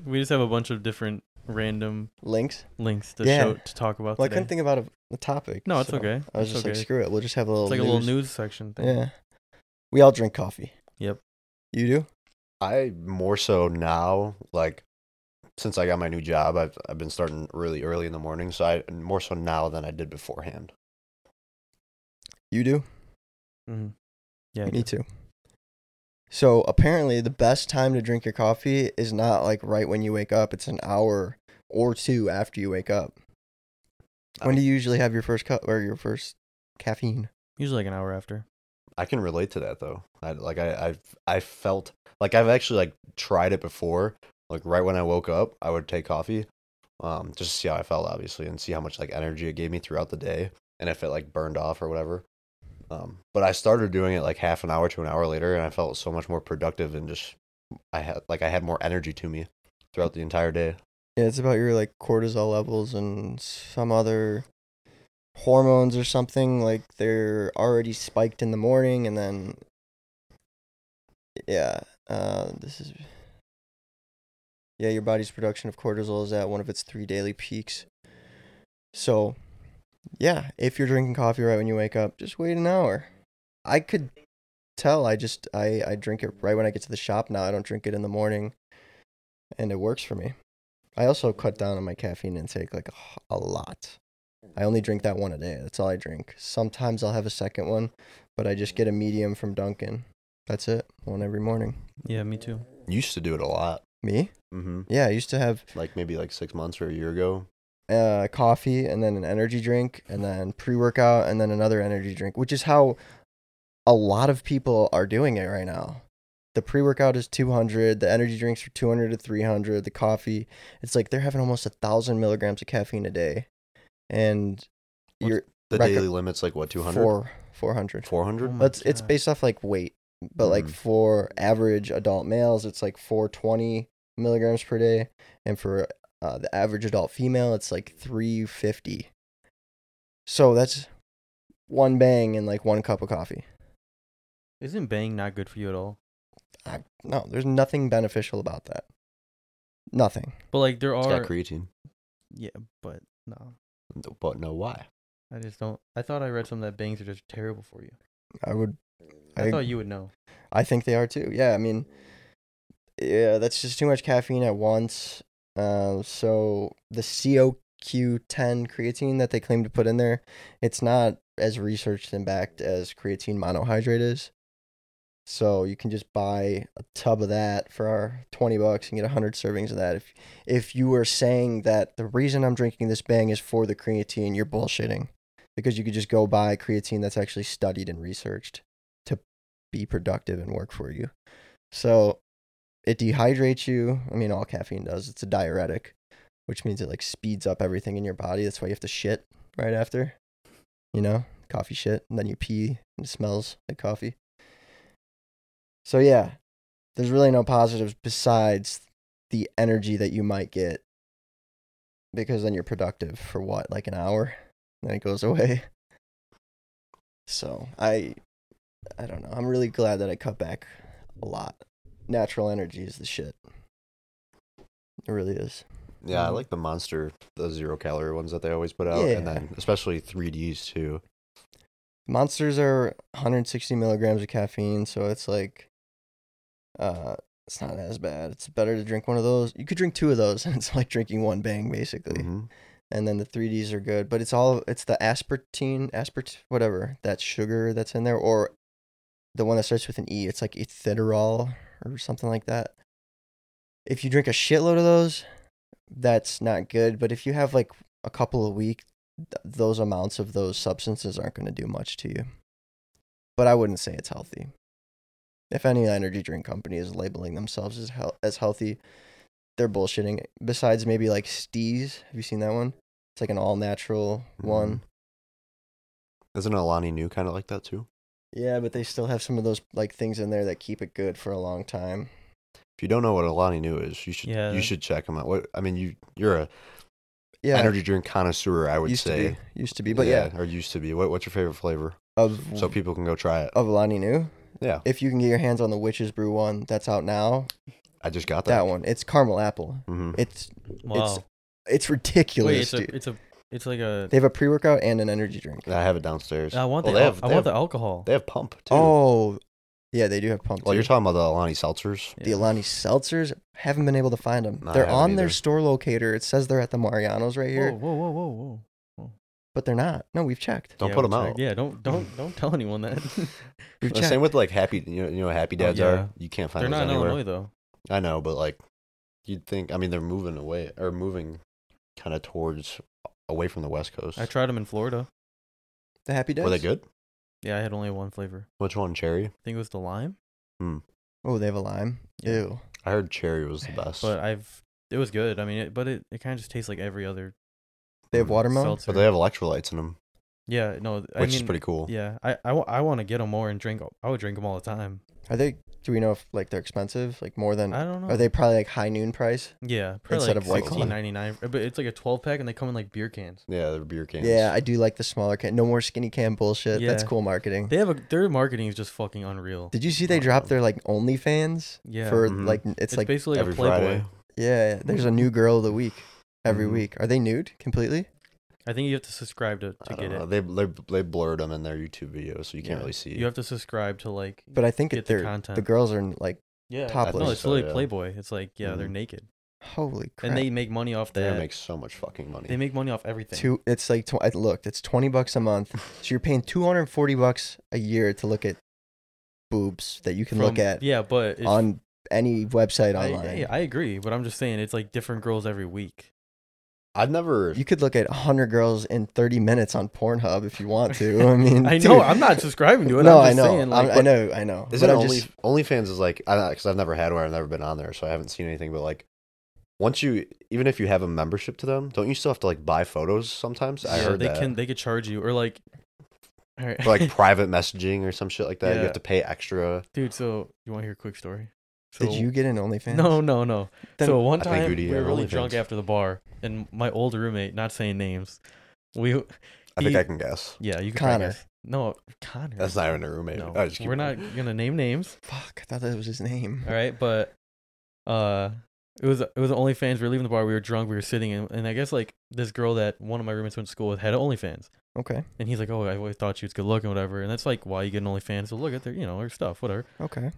S2: we just have a bunch of different random
S1: Links.
S2: links to
S1: Yeah.
S2: show to talk about.
S1: Well, I
S2: today.
S1: couldn't think about a, a topic.
S2: No, it's
S1: so
S2: okay.
S1: I was
S2: It's
S1: just
S2: okay.
S1: like, screw it. We'll just have a little.
S2: it's like a little news section thing.
S1: Yeah. We all drink coffee.
S2: Yep.
S1: You do?
S3: I more so now, like since I got my new job, I've I've been starting really early in the morning, so I more so now than I did beforehand.
S1: You do?
S2: hmm Yeah. I
S1: Me
S2: do.
S1: too. So apparently, the best time to drink your coffee is not like right when you wake up. It's an hour or two after you wake up.
S3: I
S1: When do you usually have your first cup or your first caffeine?
S2: Usually like an hour after.
S3: I can relate to that though. I like I I've, I felt like I've actually like tried it before. Like right when I woke up, I would take coffee, um, just to see how I felt, obviously, and see how much like energy it gave me throughout the day, and if it like burned off or whatever. Um, but I started doing it like half an hour to an hour later, and I felt so much more productive and just I had like I had more energy to me throughout the entire day.
S1: Yeah, it's about your like cortisol levels and some other hormones or something. Like they're already spiked in the morning, and then yeah, uh, this is yeah, your body's production of cortisol is at one of its three daily peaks. So yeah, if you're drinking coffee right when you wake up, just wait an hour. I could tell. I just I I drink it right when I get to the shop now. I don't drink it in the morning, and it works for me. I also cut down on my caffeine intake like a, h- a lot. I only drink that one a day. That's all I drink. Sometimes I'll have a second one, but I just get a medium from Dunkin'. That's it. One every morning.
S2: Yeah, me too.
S3: Used to do it a lot.
S1: Me?
S3: Mm-hmm.
S1: Yeah, I used to have
S3: Like maybe like six months or a year ago.
S1: uh, coffee and then an energy drink and then pre workout and then another energy drink, which is how a lot of people are doing it right now. The pre workout is 200, the energy drinks are 200 to 300, the coffee, it's like they're having almost a thousand milligrams of caffeine a day. And
S3: What's
S1: you're
S3: The
S1: Record-
S3: daily limit's like what 200?
S1: four, 400.
S3: 400?
S2: my
S1: That's it's
S2: God. Mm.
S1: based off like weight, but like
S3: Mhm.
S1: for average adult males, it's like 420 milligrams per day, and for uh, the average adult female, it's like 350. So that's one bang and like one cup of coffee.
S2: Isn't bang not good for you at all?
S1: I, no, there's nothing beneficial about that. Nothing.
S2: But like there
S3: It's
S2: are
S3: got creatine.
S2: yeah, but no,
S3: But no, why?
S2: I just don't. I thought I read something that bangs are just terrible for you.
S1: I would.
S2: I, thought you would know.
S1: I think they are too. Yeah, I mean, yeah, that's just too much caffeine at once. Um, so the CoQ10 creatine that they claim to put in there, it's not as researched and backed as creatine monohydrate is. So you can just buy a tub of that for twenty bucks and get hundred servings of that. If if you were saying that the reason I'm drinking this bang is for the creatine, you're bullshitting, because you could just go buy creatine that's actually studied and researched to be productive and work for you. So it dehydrates you. I mean, all caffeine does. It's a diuretic, which means it like speeds up everything in your body. That's why you have to shit right after. You know, coffee shit, and then you pee and it smells like coffee. So yeah, there's really no positives besides the energy that you might get because then you're productive for what, like an hour? Then it goes away. [LAUGHS] So I I don't know. I'm really glad that I cut back a lot. Natural energy is the shit. It really is.
S3: Yeah, I
S2: Mhm.
S3: like the monster, the zero calorie ones that they always put out, and
S1: Yeah.
S3: then especially 3Ds too.
S1: Monsters are 160 milligrams of caffeine, so it's like, uh, it's not as bad. It's better to drink one of those. You could drink two of those, [LAUGHS] and it's like drinking one bang basically.
S3: Mhm.
S1: And then the 3Ds are good, but it's all it's the aspartame, aspart whatever that sugar that's in there, or the one that starts with an E. It's like etherol or something like that. If you drink a shitload of those, that's not good. But if you have like a couple a week, th- those amounts of those substances aren't going to do much to you. But I wouldn't say it's healthy. If any energy drink company is labeling themselves as hel- as healthy, they're bullshitting. Besides maybe like Steez, have you seen that one? It's like an all natural one.
S3: Mhm. Isn't Alani New kind of like that too?
S1: Yeah, but they still have some of those like things in there that keep it good for a long time.
S3: If you don't know what Alani New is, you should
S2: Yeah.
S3: you should check them out. What I mean, you you're a
S1: Yeah,
S3: energy drink connoisseur, I would
S1: used
S3: say.
S1: to be, used to be, but yeah,
S3: or used to be. What, what's your favorite flavor?
S1: of
S3: So people can go try it.
S1: of Alani Nu.
S3: Yeah,
S1: If you can get your hands on the Witch's Brew one that's out now,
S3: I just got
S1: that
S3: that.
S1: one it's caramel apple.
S3: hmm
S1: It's
S2: Wow.
S1: it's ridiculous,
S2: Wait, it's
S1: dude.
S2: a, it's a it's like a.
S1: They have a pre workout and an energy drink.
S3: I have it downstairs.
S2: I want
S3: Well,
S2: the
S3: they
S2: al-
S3: have-
S2: I
S3: they
S2: want
S3: have-
S2: the alcohol.
S3: They have pump too.
S1: Oh, yeah, they do have pump.
S3: well,
S1: too.
S3: you're talking about the Alani seltzers.
S1: the Alani seltzers haven't been able to find them.
S3: No, I
S1: they're
S3: haven't
S1: on their
S3: either. Oh.
S1: store locator. It says they're at the Marianos right
S2: Whoa,
S1: here,
S2: whoa, whoa, whoa, whoa.
S1: but they're not. No, we've checked.
S3: Don't
S2: Yeah,
S3: put
S2: we'll
S3: them out.
S2: check. Yeah, don't don't don't tell anyone [LAUGHS] that.
S1: We've
S3: The
S1: checked.
S3: same with like happy, you know, you know what happy
S2: Oh,
S3: dads
S2: yeah.
S3: are. You can't find
S2: They're
S3: those
S2: not in
S3: anywhere.
S2: Illinois though.
S3: I know, but like, you'd think. I mean, they're moving away or moving kind of towards away from the West Coast.
S2: I tried them in Florida.
S1: the Happy Days.
S3: Were they good?
S2: Yeah, I had only one flavor.
S3: Which one? Cherry.
S2: I think it was the lime,
S1: Oh, they have a lime.
S2: Yeah.
S1: Ew.
S3: I heard cherry was the best.
S2: but I've it was good. I mean, it, but it, it kind of just tastes like every other
S1: They have
S3: Mm.
S1: watermelon.
S2: seltzer.
S3: But they have electrolytes in them.
S2: Yeah, no, I
S3: which
S2: mean,
S3: is pretty cool.
S2: Yeah, I, I, want to get them more and drink. 'em. I would drink them all the time.
S1: Are they? Do we know if like they're expensive? Like more than?
S2: I don't know.
S1: Are they probably like high noon price?
S2: Yeah, probably
S1: Instead
S2: like
S1: of White Claw.
S2: sixteen ninety nine, but it's like a twelve pack, and they come in like beer cans.
S3: Yeah, they're beer cans.
S1: Yeah, I do like the smaller can. No more skinny can bullshit. That's
S2: Yeah.
S1: cool marketing.
S2: They have a their marketing is just fucking unreal.
S1: Did you see they dropped their like OnlyFans
S2: Yeah,
S1: for
S3: Mhm.
S1: like n-
S2: it's, Mm-hmm.
S1: it's like
S2: basically like a
S3: every
S2: Playboy.
S3: Friday.
S1: yeah, there's a new girl of the week every
S2: Mm-hmm.
S3: Mhm.
S1: week. Are they nude completely?
S2: I think you have to subscribe to,
S3: I
S2: to
S3: don't
S2: get
S3: know.
S2: it.
S3: They, they they blurred them in their YouTube videos, so you can't
S2: Yeah.
S3: really see.
S2: You have to subscribe to like
S1: But I think
S2: Get
S1: it,
S2: the
S1: they're
S2: content.
S1: the girls are like
S2: yeah,
S1: topless.
S2: No, it's
S3: So,
S2: literally
S3: yeah.
S2: Playboy. It's like yeah, they're
S3: Mhm.
S2: naked,
S1: holy crap.
S2: and they make money off
S3: they
S2: that.
S3: make so much fucking money.
S2: they make money off everything.
S1: two. It's like tw- I looked. It's twenty bucks a
S2: [LAUGHS]
S1: month. So you're paying two hundred forty bucks a year to look at boobs that you can look
S2: From-
S1: at
S2: Yeah, but it's,
S1: on any website
S2: I,
S1: online.
S2: I, I agree, but I'm just saying it's like different girls every week.
S3: I've never.
S1: You could look at 100 girls in 30 minutes on Pornhub if you want to. [LAUGHS] I mean,
S2: [LAUGHS] I
S1: dude.
S2: know
S1: [LAUGHS]
S2: I'm not subscribing to it.
S1: No,
S2: I'm
S1: I
S2: just
S1: know.
S2: Saying, like,
S1: I'm- I
S2: but-
S1: know. I know.
S3: Is
S1: But
S3: it
S1: I'm
S3: only
S1: just-
S3: OnlyFans is like I because I've never had one. I've never been on there, so I haven't seen anything. But like, once you even if you have a membership to them, don't you still have to like buy photos sometimes? I
S2: yeah,
S3: heard
S2: they
S3: that.
S2: can they could charge you or like, all right,
S3: For,
S2: [LAUGHS]
S3: like private messaging or some shit like that. You
S2: Yeah.
S3: have to pay extra.
S2: dude. So you want to hear a quick story? So,
S1: Did you get an OnlyFans?
S2: No, no, no.
S1: Then-
S2: so one
S3: I think
S2: time
S3: Goody
S2: we were
S3: had
S2: really
S3: OnlyFans.
S2: drunk after the bar, and my old roommate, not saying names, we
S3: I think
S2: He-
S3: I can guess.
S2: yeah, you can
S1: Connor.
S2: practice. No, Connor.
S3: That's not even a roommate.
S2: No,
S3: I just keep
S2: we're not
S3: going.
S2: gonna name names.
S1: Fuck. I thought that was his name.
S2: All right, but uh, it was it was OnlyFans. We were leaving the bar. We were drunk. We were sitting, and, and I guess like this girl that one of my roommates went to school with had OnlyFans.
S1: Okay.
S2: And he's like, "Oh, I always thought she was good looking, whatever." And that's like why you get an OnlyFans to look at their, you know, her stuff, whatever.
S1: Okay.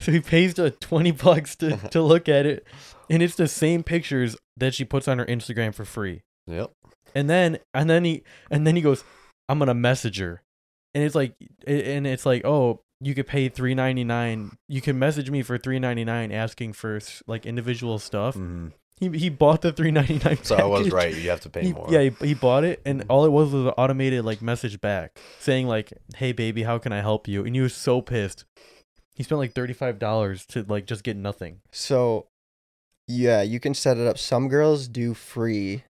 S2: So he pays her twenty bucks to to look at it, and it's the same pictures that she puts on her Instagram for free.
S1: [LAUGHS]
S3: Yep.
S2: And then and then he and then he goes, "I'm gonna message her," and it's like, and it's like, oh. You could pay three ninety nine. You can message me for three ninety nine, asking for like individual stuff.
S1: Mm-hmm.
S3: Mhm.
S2: He he bought the three ninety nine.
S3: So
S2: [LAUGHS]
S3: I was right. You have to pay
S2: He-
S3: more.
S2: Yeah, he, he bought it, and all it was was an automated like message back saying like, "Hey baby, how can I help you?" And he was so pissed. He spent like thirty five dollars to like just get nothing.
S1: So, yeah, you can set it up. Some girls do free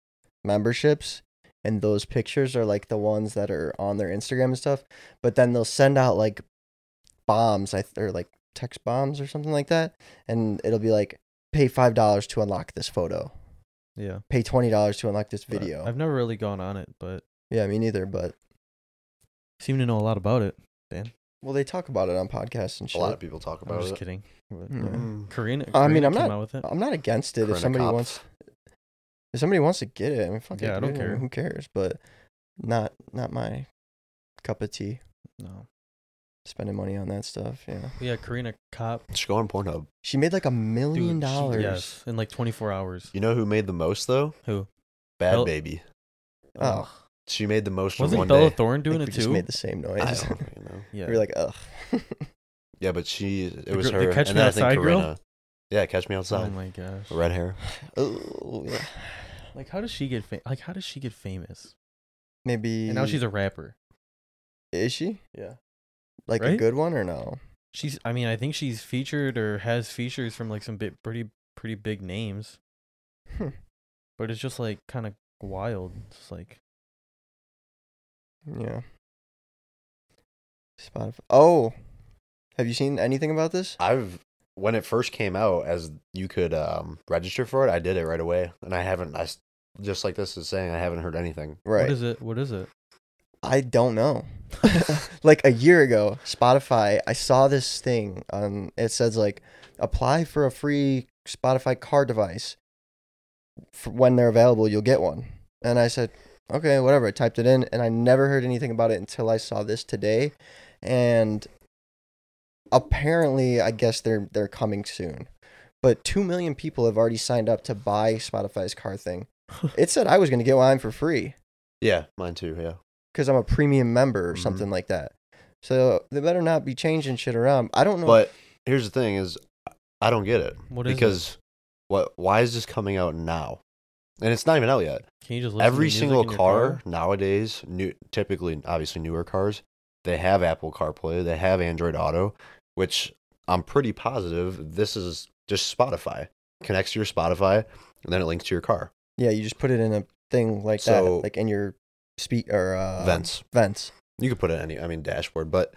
S1: memberships, and those pictures are like the ones that are on their Instagram and stuff. But then they'll send out like bombs, I th- or like text bombs or something like that, and it'll be like pay five dollars to unlock this photo,
S2: Yeah,
S1: pay twenty dollars to unlock this
S2: but
S1: video.
S2: I've never really gone on it, but
S1: yeah, me neither. But
S2: seem to know a lot about it.
S1: well, they talk about it on podcasts and
S3: A
S1: shit.
S3: lot of people talk
S2: I'm
S3: about
S2: just
S3: it.
S2: kidding. But,
S1: Mm.
S2: yeah.
S3: Mm.
S2: Karina,
S1: I mean,
S2: Karina
S1: I'm
S2: came
S1: not-
S2: out with it.
S1: I'm not against it if
S3: Corona
S1: somebody
S3: cops.
S1: wants if somebody wants to get it, I mean, fuck it,
S2: Yeah, I don't
S1: dude, mean,
S2: care.
S1: Who cares? But not not my cup of tea.
S2: No,
S1: Spending money on that stuff. Yeah,
S2: yeah, Karina Cop,
S3: Just go on Pornhub.
S1: she made like a
S2: dude,
S1: million
S2: she-
S1: dollars.
S2: Yes, in like twenty four hours.
S3: You know who made the most though?
S2: Who?
S3: Bad
S2: Bel-
S3: baby.
S1: Oh,
S3: She made the most in
S2: Wasn't
S3: one
S2: Bella
S3: day.
S2: Thorne
S1: I
S2: doing
S1: think
S2: it
S1: we just
S2: too?
S1: made the same noise. [LAUGHS]
S3: I don't fucking know.
S2: yeah,
S1: we were like, ugh. [LAUGHS]
S3: Yeah, but she it was
S2: gr-
S3: her.
S2: the Catch
S3: and
S2: Me
S3: then I think
S2: Outside girl?
S3: Corinna. Yeah, catch me
S2: oh
S3: outside.
S2: my gosh.
S3: Red hair.
S1: oh, yeah.
S2: Like how does she get fa- like how does she get famous?
S1: maybe.
S2: And now she's a rapper.
S1: is she
S2: Yeah.
S1: like a
S2: Right?
S1: good one or no?
S2: She's I mean, I think she's featured or has features from like some bit pretty pretty big names,
S1: Hmm.
S2: but it's just like kind of wild. It's like
S1: Yeah. Spotify. Oh, have you seen anything about this?
S3: I've when it first came out as you could um, register for it, I did it right away, and I haven't. I s- just like this is saying I haven't heard anything.
S1: Right.
S2: what is it? What is it?
S1: I don't know. [LAUGHS] like a year ago, Spotify, I saw this thing on it says like apply for a free Spotify car device. For when they're available, you'll get one. And I said, "Okay, whatever." I typed it in and I never heard anything about it until I saw this today. And apparently, I guess they're they're coming soon. But 2 million people have already signed up to buy Spotify's car thing. It said I was going to get mine for free
S3: Yeah, mine too. Yeah,
S1: because I'm a premium member or
S3: Mhm.
S1: something like that. So they better not be changing shit around. I don't know.
S3: but here's the thing: is I don't get it
S2: What is it?
S3: because what? Why is this coming out now? And it's not even out yet.
S2: Can you just listen to
S3: Every
S2: music
S3: single
S2: in your
S3: car, nowadays, new typically obviously newer cars, they have Apple CarPlay, they have Android Auto, which I'm pretty positive this is just Spotify. Connects to your Spotify and then it links to your car.
S1: yeah, you just put it in a thing like
S3: So-
S1: that, like in your speak or uh,
S3: vents.
S1: Vents.
S3: You could put it any I mean dashboard, but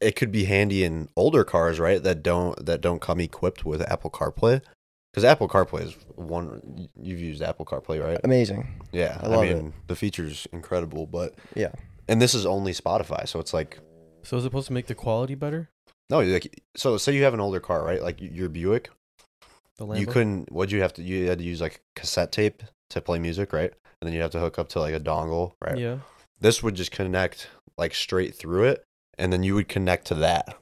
S3: it could be handy in older cars, right? That don't that don't come equipped with Apple CarPlay. Because Apple CarPlay is one you've used Apple CarPlay, right?
S1: Amazing.
S3: Yeah,
S1: I
S3: I,
S1: love it.
S3: mean the feature's incredible, but
S1: Yeah.
S3: and this is only Spotify, so it's like
S2: So it's supposed to make the quality better.
S3: no, like so say you have an older car, right? Like y- your Buick,
S2: The Lambo?
S3: you couldn't. What'd you have to? You had to use like cassette tape to play music, right? And then you have to hook up to like a dongle, right?
S2: Yeah.
S3: This would just connect like straight through it, and then you would connect to that,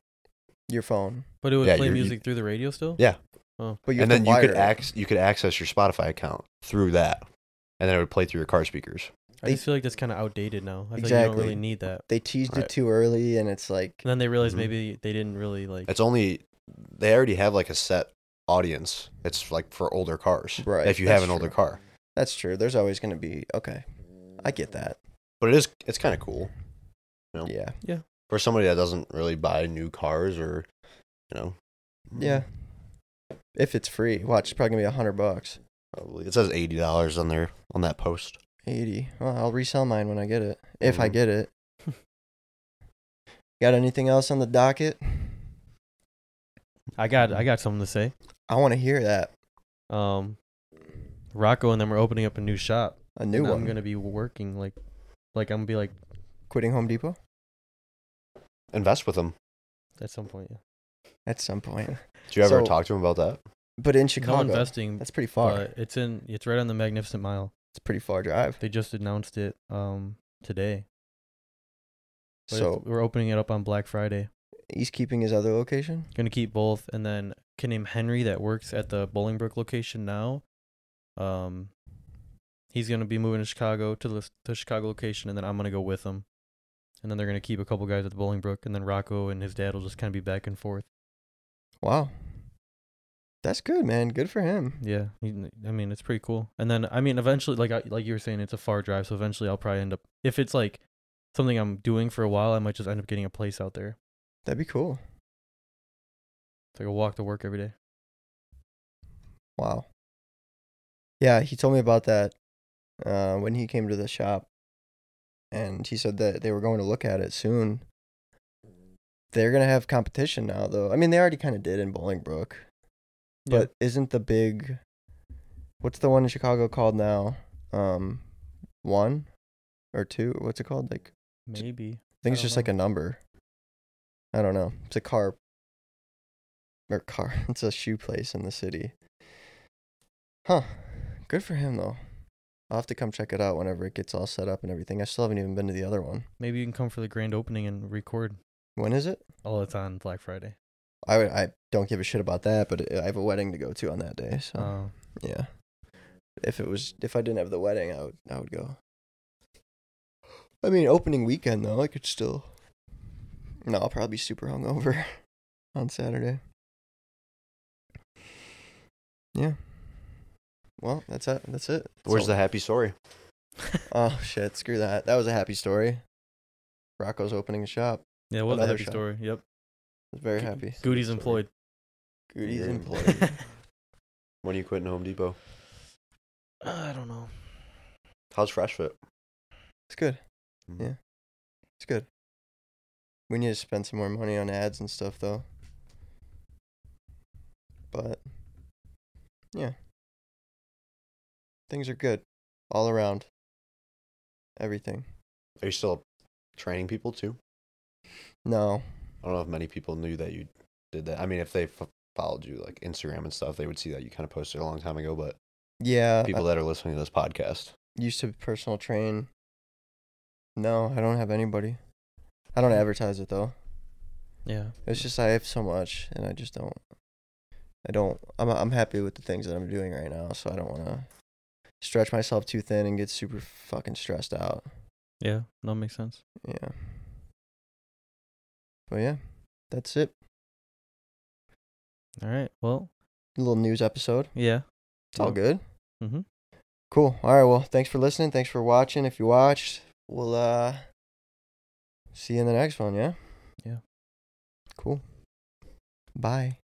S1: Your phone.
S2: But it would
S3: Yeah,
S2: play
S3: you're- you-
S2: music through the radio still?
S3: Yeah.
S1: But you
S3: and
S1: have
S3: then
S1: to
S3: you could
S1: wire it.
S3: ac- you could access your Spotify account through that, and then it would play through your car speakers.
S2: I
S1: They-
S2: just feel like that's kind of outdated now. I feel like you don't
S1: Exactly.
S2: really need that.
S1: They teased it
S3: Right.
S1: too early, and it's like
S2: And then they
S1: Mm-hmm.
S2: realized
S3: Mhm.
S2: maybe they didn't really like.
S3: It's only they already have like a set audience. It's like for older cars,
S1: Right,
S3: If you
S1: that's
S3: have an older
S1: true.
S3: car,
S1: that's true. There's always gonna be okay. I get that.
S3: but it is it's kind of cool No.
S1: Yeah.
S3: for somebody that doesn't really buy new cars or you know.
S1: Yeah. If it's free, watch. It's probably gonna be a hundred bucks.
S3: Probably. It says eighty dollars on there on that post.
S1: Eighty. Well, I'll resell mine when I get it. If I
S3: Mhm.
S1: get
S3: [LAUGHS]
S1: it. Got anything else on the docket?
S2: I got I got something to say.
S1: I want to hear that.
S2: Um, Rocco and them are opening up a new shop.
S1: A new
S2: and
S1: one.
S2: I'm gonna be working like, like I'm gonna be like
S1: Quitting Home Depot
S3: Invest with them.
S2: at some point. Yeah.
S1: at some point. [LAUGHS]
S3: Did you ever
S1: So-
S3: talk to him about that?
S1: But in
S2: No
S1: Chicago,
S2: investing,
S1: that's pretty far.
S2: but it's in it's right on the Magnificent Mile.
S1: it's a pretty far drive.
S2: They just announced it um today. But it's-
S1: So
S2: we're opening it up on Black Friday.
S1: he's keeping his other location.
S2: Gonna keep both, and then a kid named Henry that works at the Bolingbrook location now. Um, he's gonna be moving to Chicago to the to Chicago location, and then I'm gonna go with him. And then they're gonna keep a couple guys at the Bolingbrook, and then Rocco and his dad will just kind of be back and forth.
S1: Wow. That's good, man. Good for him.
S2: Yeah, you- I mean it's pretty cool. And then I mean eventually, like I, like you were saying, it's a far drive, so eventually I'll probably end up if it's like something I'm doing for a while, I might just end up getting a place out there.
S1: That'd be cool.
S2: It's like a walk to work every day.
S1: Wow. Yeah, he told me about that uh, when he came to the shop, and he said that they were going to look at it soon. They're gonna have competition now, though. I mean, they already kind of did in Bolingbrook,
S2: Yeah.
S1: but isn't the big, what's the one in Chicago called now? Um, one or two? What's it called? Like
S2: Maybe
S1: I think
S2: I
S1: it's
S2: don't
S1: just like a number. I don't know. It's a car or car. [LAUGHS] It's a shoe place in the city. Huh. Good for him though. I'll have to come check it out whenever it gets all set up and everything. I still haven't even been to the other one.
S2: maybe you can come for the grand opening and record.
S1: When is it?
S2: Oh, it's on Black Friday.
S1: I would, I don't give a shit about that, but I have a wedding to go to on that day, so
S2: Oh,
S1: yeah. If it was if I didn't have the wedding, I would I would go. I mean, opening weekend though, I could still No, I'll probably be super hungover [LAUGHS] on Saturday. Yeah. Well, that's it. That's it. That's
S3: Where's
S1: all-
S3: the happy story?
S1: [LAUGHS] Oh shit, screw that. That was a happy story. Rocco's opening a shop.
S2: [LAUGHS] yeah, it was a
S1: Another
S2: happy
S1: shop.
S2: story. Yep,
S1: I was very happy.
S2: Goody's employed.
S1: Goody's
S3: You're
S1: [LAUGHS] employed.
S3: When are you quitting Home Depot?
S2: [LAUGHS] I don't know.
S3: How's Fresh Fit?
S1: It's good.
S3: Mhm.
S1: Yeah. It's good. We need to spend some more money on ads and stuff though. But yeah. Things are good all around. Everything.
S3: Are you still training people too?
S1: No.
S3: I don't know if many people knew that you did that. I mean, if they f- followed you like Instagram and stuff, they would see that you kind of posted a long time ago. But
S1: Yeah,
S3: people that are listening to this podcast,
S1: I used to personal train. No, I don't have anybody. I don't advertise it though.
S2: Yeah,
S1: It's just I have so much and I just don't I don't I'm I'm happy with the things that I'm doing right now, so I don't want to stretch myself too thin and get super fucking stressed out.
S2: yeah, that makes sense.
S1: Yeah. But yeah, that's it.
S2: All right, well,
S1: little news episode.
S2: yeah,
S1: It's all
S2: Yeah.
S1: good.
S2: Mhm.
S1: Cool. All right, well, thanks for listening. Thanks for watching. If you watched, we'll uh see you in the next one, yeah?
S2: Yeah.
S1: Cool. Bye.